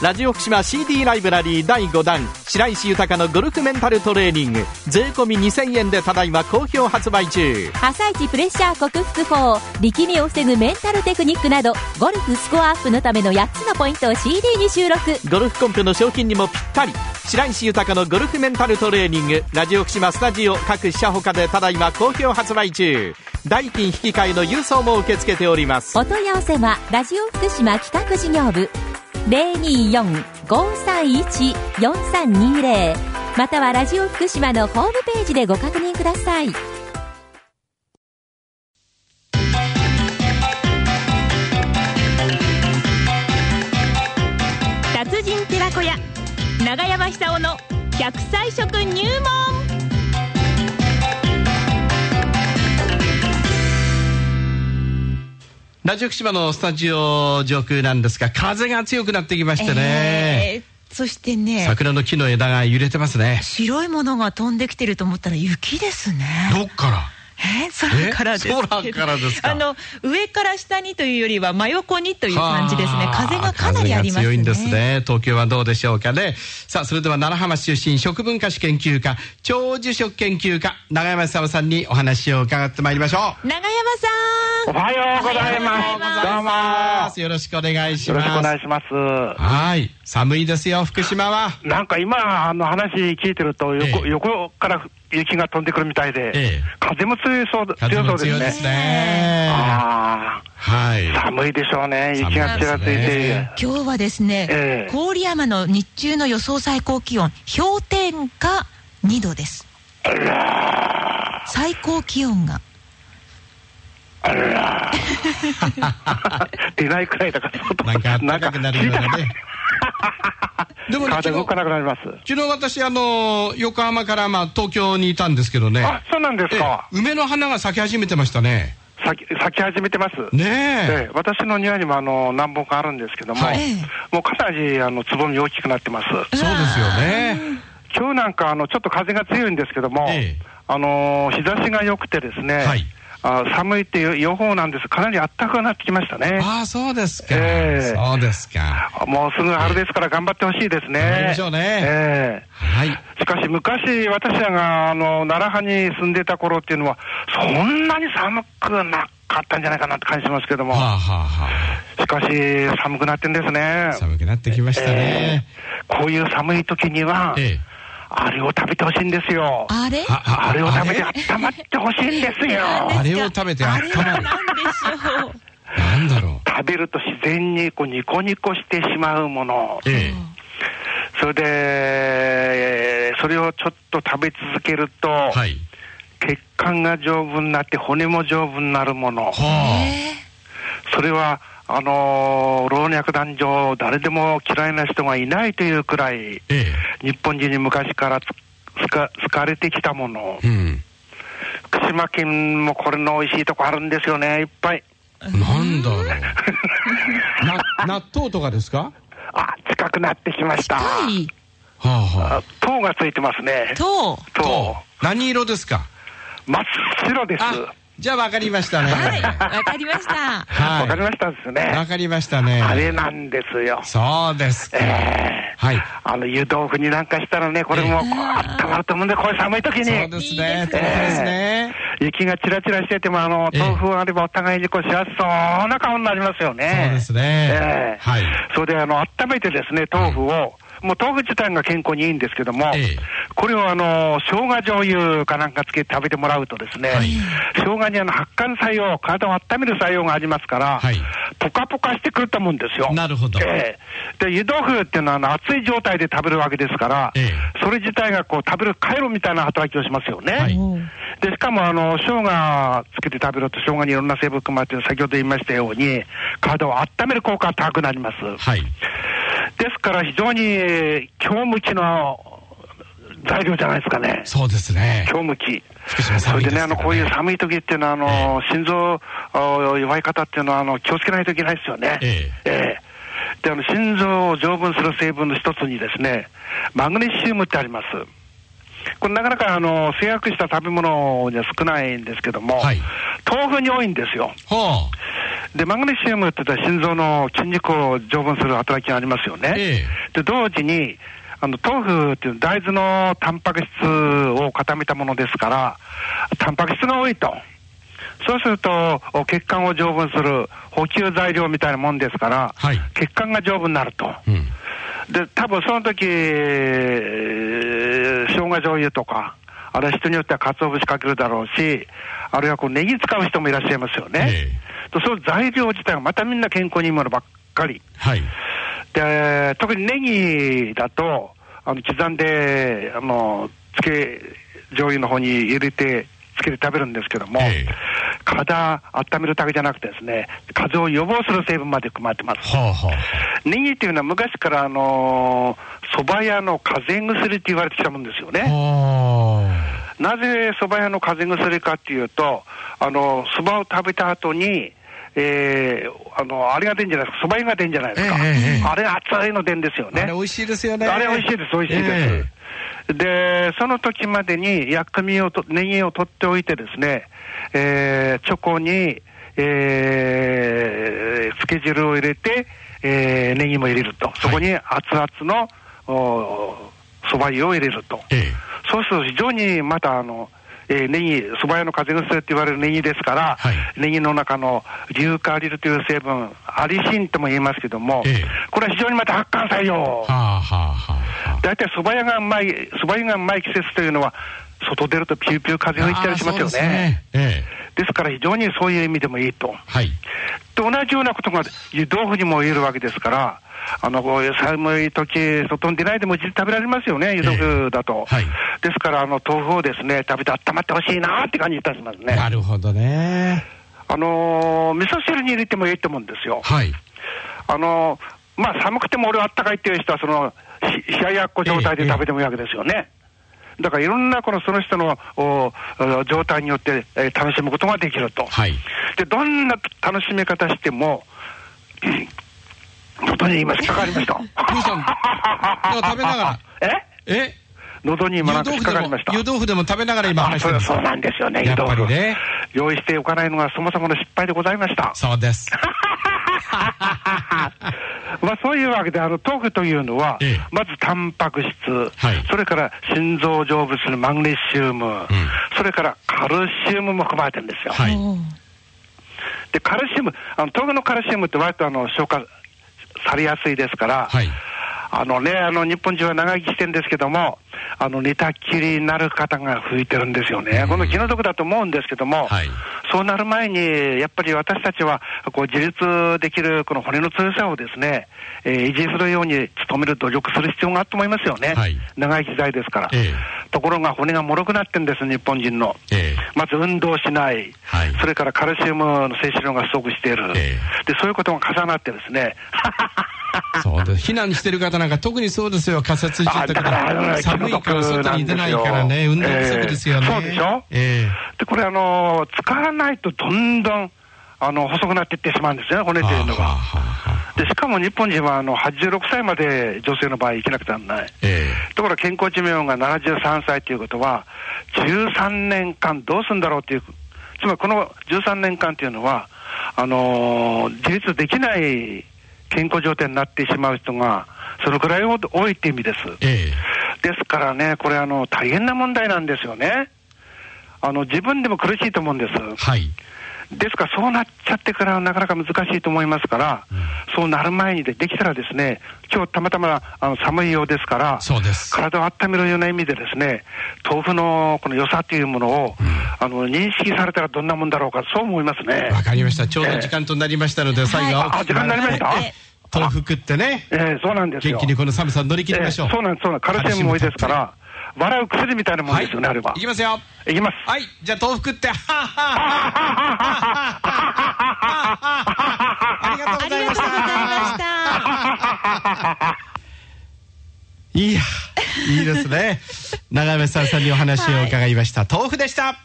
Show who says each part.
Speaker 1: ラジオ福島 CD ライブラリー第5弾白石豊のゴルフメンタルトレーニング税込み2000円でただいま好評発売中
Speaker 2: 朝一プレッシャー克服法力みを防ぐメンタルテクニックなどゴルフスコアアップのための8つのポイントを CD に収録
Speaker 1: ゴルフコンペの賞金にもぴったり白石豊のゴルフメンタルトレーニングラジオ福島スタジオ各社ほかでただいま好評発売中代金引き換えの郵送も受け付けております
Speaker 2: お問い合わせはラジオ福島企画事業部024-531-4320またはラジオ福島のホームページでご確認ください
Speaker 3: 達人寺子屋長山久夫の百歳食入門
Speaker 1: ラジオ福島のスタジオ上空なんですが風が強くなってきましてね、
Speaker 4: えーそしてね、
Speaker 1: 桜の木の枝が揺れてますね
Speaker 4: 白いものが飛んできてると思ったら雪ですね。
Speaker 1: どっから
Speaker 4: えー空からですけど
Speaker 1: え空からですか
Speaker 4: あの上から下にというよりは真横にという感じですね
Speaker 1: はあ
Speaker 4: 風がかなりありますね
Speaker 1: 風が強いんですね。東京はどうでしょうかね。さあ、それでは奈良浜市出身食文化史研究家、長寿食研究家、長山久夫さんにお話を伺ってまいりましょう。
Speaker 4: 長山
Speaker 5: お
Speaker 4: さん
Speaker 5: はようございます。どうも
Speaker 1: よろしくお願いし
Speaker 5: よろ
Speaker 1: ま
Speaker 5: しくお願い
Speaker 1: す。
Speaker 5: します。
Speaker 1: はい。寒いですよ、福島は。
Speaker 5: なんか今、あの話聞いてると横、
Speaker 1: ええ
Speaker 5: 横から雪が飛んでくるみたい
Speaker 1: え
Speaker 5: で、
Speaker 1: え
Speaker 5: 風も強いそうだ
Speaker 1: 風
Speaker 5: 強そ
Speaker 1: も
Speaker 5: うで
Speaker 1: 強
Speaker 5: す
Speaker 1: い
Speaker 5: ね。
Speaker 1: ですね。
Speaker 5: あ
Speaker 1: はい。
Speaker 5: あ、寒いでしょうね。
Speaker 1: 寒いですね
Speaker 5: 雪がちらついて。
Speaker 4: 今日はですね、
Speaker 5: ええ
Speaker 4: 郡山の日中の予想最高気温氷点下2度です最高気温が
Speaker 5: 出ないくらいだから、外
Speaker 1: なんか暖かくなるようなね。でもね、
Speaker 5: 体
Speaker 1: 昨
Speaker 5: 動
Speaker 1: 日
Speaker 5: かなくなります。
Speaker 1: 昨日私、あの、横浜から、まあ、東京にいたんですけどね。
Speaker 5: あ、そうなんで
Speaker 1: え
Speaker 5: すか。
Speaker 1: え梅の花が咲き始めてましたね。
Speaker 5: 咲き咲き始めてます。
Speaker 1: ねえ。
Speaker 5: ええ私の庭にもあの何本かあるんですけども、
Speaker 1: はい
Speaker 5: もうかなりあのつぼみ大きくなってます。
Speaker 1: そうですよね。
Speaker 5: 今日なんかあのちょっと風が強いんですけども、
Speaker 1: ええ
Speaker 5: あのー日差しが良くてですね、
Speaker 1: はい
Speaker 5: あ寒いっていう予報なんです、かなり暖かくなってきましたね。
Speaker 1: ああ、そうですか。
Speaker 5: ええ
Speaker 1: そうですか。
Speaker 5: もうすぐ春ですから頑張ってほしいですね。
Speaker 1: 頑張りましょうね
Speaker 5: ええ
Speaker 1: はい。
Speaker 5: しかし昔、私らがあの奈良派に住んでた頃っていうのは、そんなに寒くなかったんじゃないかなって感じしますけども、
Speaker 1: はあはあは
Speaker 5: しかし寒くなってんですね
Speaker 1: あ。。寒くなってきましたね。
Speaker 5: ええこういう寒い時には、
Speaker 1: ええ。
Speaker 5: あれを食べてほしいんですよ。
Speaker 4: あれ
Speaker 1: あ
Speaker 5: あれを食べて
Speaker 1: あれ
Speaker 5: 温まってほしいんですよ。
Speaker 1: あれを食べてあったまる。
Speaker 4: なんでしょう
Speaker 1: なんだろ
Speaker 5: 食べると自然にこうニコニコしてしまうもの
Speaker 1: う。。え
Speaker 5: それで、えーそれをちょっと食べ続けると、
Speaker 1: え。はい。
Speaker 5: 血管が丈夫になって骨も丈夫になるもの。
Speaker 1: は
Speaker 5: それは、あのー老若男女、誰でも嫌いな人がいないというくらい、
Speaker 1: あ。え
Speaker 5: 日本人に昔からつつか好かれてきたもの
Speaker 1: え。。うん。
Speaker 5: 福島県もこれの美味しいとこあるんですよね、いっぱい。
Speaker 1: なんだろう。 な、納豆とかですか
Speaker 5: あ、近くなってきました。
Speaker 4: 近い
Speaker 1: はあは
Speaker 5: あ塔がついてますね。
Speaker 4: と
Speaker 1: あ。
Speaker 5: 塔。
Speaker 1: 何色ですか
Speaker 5: 真っ白です。
Speaker 1: あ、じゃあわかりましたね。
Speaker 4: はいわかりました
Speaker 1: は
Speaker 5: わかりま
Speaker 1: い。
Speaker 5: したです
Speaker 1: わ
Speaker 5: ね。
Speaker 1: かりましたね。
Speaker 5: あれなんですよ。
Speaker 1: そうですか。はい。
Speaker 5: あの、湯豆腐になんかしたらね、これもこう温まると思うんで、こういう寒い時
Speaker 1: そう
Speaker 5: に
Speaker 1: で。すね。大変ですね。
Speaker 5: 雪がちらちらしてても、あの、
Speaker 1: ええ
Speaker 5: 豆腐あればお互いにこう幸せそうな顔になりますよね。
Speaker 1: そうですね
Speaker 5: ええ
Speaker 1: はい
Speaker 5: それで、あの、温めてですね、豆腐を、もう豆腐自体が健康にいいんですけども、
Speaker 1: ええ
Speaker 5: これをあの、生姜醤油かなんかつけて食べてもらうとですね、
Speaker 1: はい
Speaker 5: 生姜にあの、発汗作用、体を温める作用がありますから、
Speaker 1: はい
Speaker 5: ポカポカしてくると思うんですよ。
Speaker 1: なるほど
Speaker 5: ええで、湯豆腐っていうのはあの、熱い状態で食べるわけですから、
Speaker 1: ええ
Speaker 5: それ自体がこう、食べる回路みたいな働きをしますよね。
Speaker 1: はい
Speaker 5: で、しかも、あの、生姜つけて食べると、生姜にいろんな成分含まれてる、先ほど言いましたように、体を温める効果が高くなります。
Speaker 1: はい。
Speaker 5: ですから、非常に、強向きの材料じゃないですかね。
Speaker 1: そうですね。
Speaker 5: 強向き。
Speaker 1: 福島
Speaker 5: そ
Speaker 1: 寒い
Speaker 5: れ
Speaker 1: で
Speaker 5: ですね、
Speaker 1: から
Speaker 5: あの、こういう寒い時っていうのは、あの、心臓あ弱い方っていうのは、あの、気をつけないといけないですよね。
Speaker 1: え
Speaker 5: ええで、あの、心臓を丈夫にする成分の一つにですね、マグネシウムってあります。これなかなか、あの、制約した食べ物には少ないんですけども、
Speaker 1: はい
Speaker 5: 豆腐に多いんですよ。
Speaker 1: ほ
Speaker 5: で、マグネシウムって言ったら心臓の筋肉を丈夫にする働きがありますよね。
Speaker 6: え
Speaker 5: で、同時に、あの、豆腐っていう大豆のタンパク質を固めたものですから、タンパク質が多いと。そうすると、お血管を丈夫にする補給材料みたいなもんですから、
Speaker 6: はい
Speaker 5: 血管が丈夫になると。
Speaker 6: えうん。
Speaker 5: で、多分その時、えー生姜醤油とか、あれは人によっては鰹節かけるだろうし、あるいはこうネギ使う人もいらっしゃいますよね。
Speaker 6: ええ
Speaker 5: とその材料自体がまたみんな健康にいいものばっかり。
Speaker 6: はい。
Speaker 5: で、特にネギだと、あの刻んで、あの、つけ、醤油の方に入れて、つけて食べるんですけども、
Speaker 6: ええ
Speaker 5: 体温めるだけじゃなくてですね、風邪を予防する成分まで含まれてます。
Speaker 6: はあは
Speaker 5: ネギっていうのは昔から、あのー、蕎麦屋の風邪薬って言われてきたもんですよ
Speaker 6: あ。
Speaker 5: ね。
Speaker 6: は
Speaker 5: なぜ蕎麦屋の風邪薬かっていうと、あの、蕎麦を食べた後に、えー、あの、あれが出るんじゃないですか、蕎麦湯が出るんじゃないですか。
Speaker 6: ええええ
Speaker 5: あれ熱いの出るんですよね。
Speaker 1: あれ美味しいですよね。
Speaker 5: あれ美味しいです、美味しいです。で、その時までに薬味をと、ネギを取っておいてですね、えー、チョコに、えー、漬け汁を入れて、えー、ネギも入れると。そこに熱々の、おー蕎麦湯を入れると。
Speaker 6: あ。え
Speaker 5: そうすると非常にまたあの、えーネギ、蕎麦屋の風邪薬って言われるネギですから、
Speaker 6: はい
Speaker 5: ネギの中の硫化アリルという成分、アリシンとも言いますけども、
Speaker 6: ええ
Speaker 5: これは非常にまた発汗作
Speaker 6: え
Speaker 5: 用。
Speaker 6: はあはあはあはあ。
Speaker 5: 大体蕎麦屋がうまい、蕎麦屋がうまい季節というのは、外出るとピューピュー風が吹いたりしますよ
Speaker 6: ああそうです
Speaker 5: ね。。
Speaker 6: ええ。
Speaker 5: ですから非常にそういう意味でもいいと。
Speaker 6: はい。
Speaker 5: と同じようなことが湯豆腐にも言えるわけですから、あの、こういう寒い時、外に出ないでもうちで食べられますよね、湯豆腐だと。
Speaker 6: ええはい
Speaker 5: ですから、あの、豆腐をですね、食べて温まってほしいなって感じいたしますね。
Speaker 6: なるほどね。
Speaker 5: あのー、味噌汁に入れてもいいと思うんですよ。
Speaker 6: はい。
Speaker 5: あのー、まあ、寒くても俺はあったかいっていう人は、その、し冷ややっこ状態で食べてもいいわけですよね。だからいろんなこのその人のおお状態によって、えー楽しむことができると。
Speaker 6: はい。
Speaker 5: で、どんな楽しみ方しても、 喉に今引っかかりま した。
Speaker 6: どうしたの今食べながら。
Speaker 5: え
Speaker 6: え
Speaker 5: 喉に
Speaker 6: 湯
Speaker 5: 今なんか
Speaker 6: 豆
Speaker 5: 引っ
Speaker 6: 腐
Speaker 5: か
Speaker 6: で
Speaker 5: かり
Speaker 6: も
Speaker 5: ました。
Speaker 6: 湯豆腐でも食べながら今話してるん
Speaker 5: あ
Speaker 6: です
Speaker 5: そうそうなんですよね、
Speaker 6: やっぱり
Speaker 5: 湯豆腐
Speaker 6: ね。
Speaker 5: 用意しておかないのがそもそもの失敗でございました。
Speaker 6: そうです。
Speaker 5: まあ、そういうわけで、あの豆腐というのは、
Speaker 6: ええ
Speaker 5: まずタンパク質、
Speaker 6: はい
Speaker 5: それから心臓を丈夫するマグネシウム、それからカルシウムも含まれてるんですよ。
Speaker 6: はい。
Speaker 5: で、カルシウム、あの豆腐のカルシウムって割とあの消化されやすいですから、
Speaker 6: はい。
Speaker 5: あのね、あの日本人は長生きしてるんですけども、あの寝たきりになる方が増えてるんですよね、この気の毒だと思うんですけども、
Speaker 6: はい
Speaker 5: そうなる前に、やっぱり私たちはこう自立できるこの骨の強さをですね、えー維持するように努める努力する必要があると思いますよね、
Speaker 6: はい
Speaker 5: 長い時代ですから、
Speaker 6: ええ
Speaker 5: ところが骨が脆くなってるんです、日本人の。
Speaker 6: ええ。
Speaker 5: まず運動しない、
Speaker 6: はい
Speaker 5: それからカルシウムの摂取量が不足している、
Speaker 6: え
Speaker 5: で、そういうことが重なってですね、
Speaker 6: そうです。避難してる方なんか特にそうですよ。仮設ついちゃった
Speaker 5: あだから
Speaker 6: 方。
Speaker 5: あの
Speaker 6: 寒いから外に出ないからね。
Speaker 5: 気
Speaker 6: 運動
Speaker 5: の毒なん
Speaker 6: 不
Speaker 5: ですよ
Speaker 6: 足ですよね。
Speaker 5: ええそうでしょ
Speaker 6: え
Speaker 5: で、これあの、使わないとどんどん、あの、細くなっていってしまうんですよね、骨
Speaker 6: え。
Speaker 5: っていう
Speaker 6: は
Speaker 5: の
Speaker 6: あはあ
Speaker 5: が。
Speaker 6: はあはあ
Speaker 5: で、しかも日本人は、あの、86歳まで女性の場合生きなくてはならない。
Speaker 6: え
Speaker 5: ところが健康寿命が73歳ということは、13年間どうするんだろうっていう、つまりこの13年間というのは、あのー自立できない健康状態になってしまう人が、そのくらい多いって意味です。
Speaker 6: え。ええ。
Speaker 5: ですからね、これあの、大変な問題なんですよね。あの、自分でも苦しいと思うんです。
Speaker 6: はい。
Speaker 5: ですから、そうなっちゃってからなかなか難しいと思いますから、そうなる前にで、できたらですね、今日たまたまあの寒いようですから、
Speaker 6: そうです。
Speaker 5: 体を温めるような意味でですね、豆腐のこの良さというものを、あの、認識されたらどんなもんだろうか、そう思いますね。
Speaker 6: わかりました。ちょうど時間となりましたので、最後、
Speaker 5: あ、あ時間になりました
Speaker 6: ええ豆腐食ってね、
Speaker 5: ええそうなんです
Speaker 6: 元
Speaker 5: よ。
Speaker 6: 気にこの寒さ乗り切りましょう。
Speaker 5: ええそうなんです、そうなんです。カルシウムも多いですから、笑う薬みたいなもん
Speaker 6: は
Speaker 5: で
Speaker 6: い。
Speaker 5: すよね、あれは。
Speaker 6: いきますよ。
Speaker 5: いきます。
Speaker 6: はい。じゃあ、豆腐食って、はっはっは ありがとうございました。いや、いいですね。長山さんさんにお話を伺いました。豆腐でした。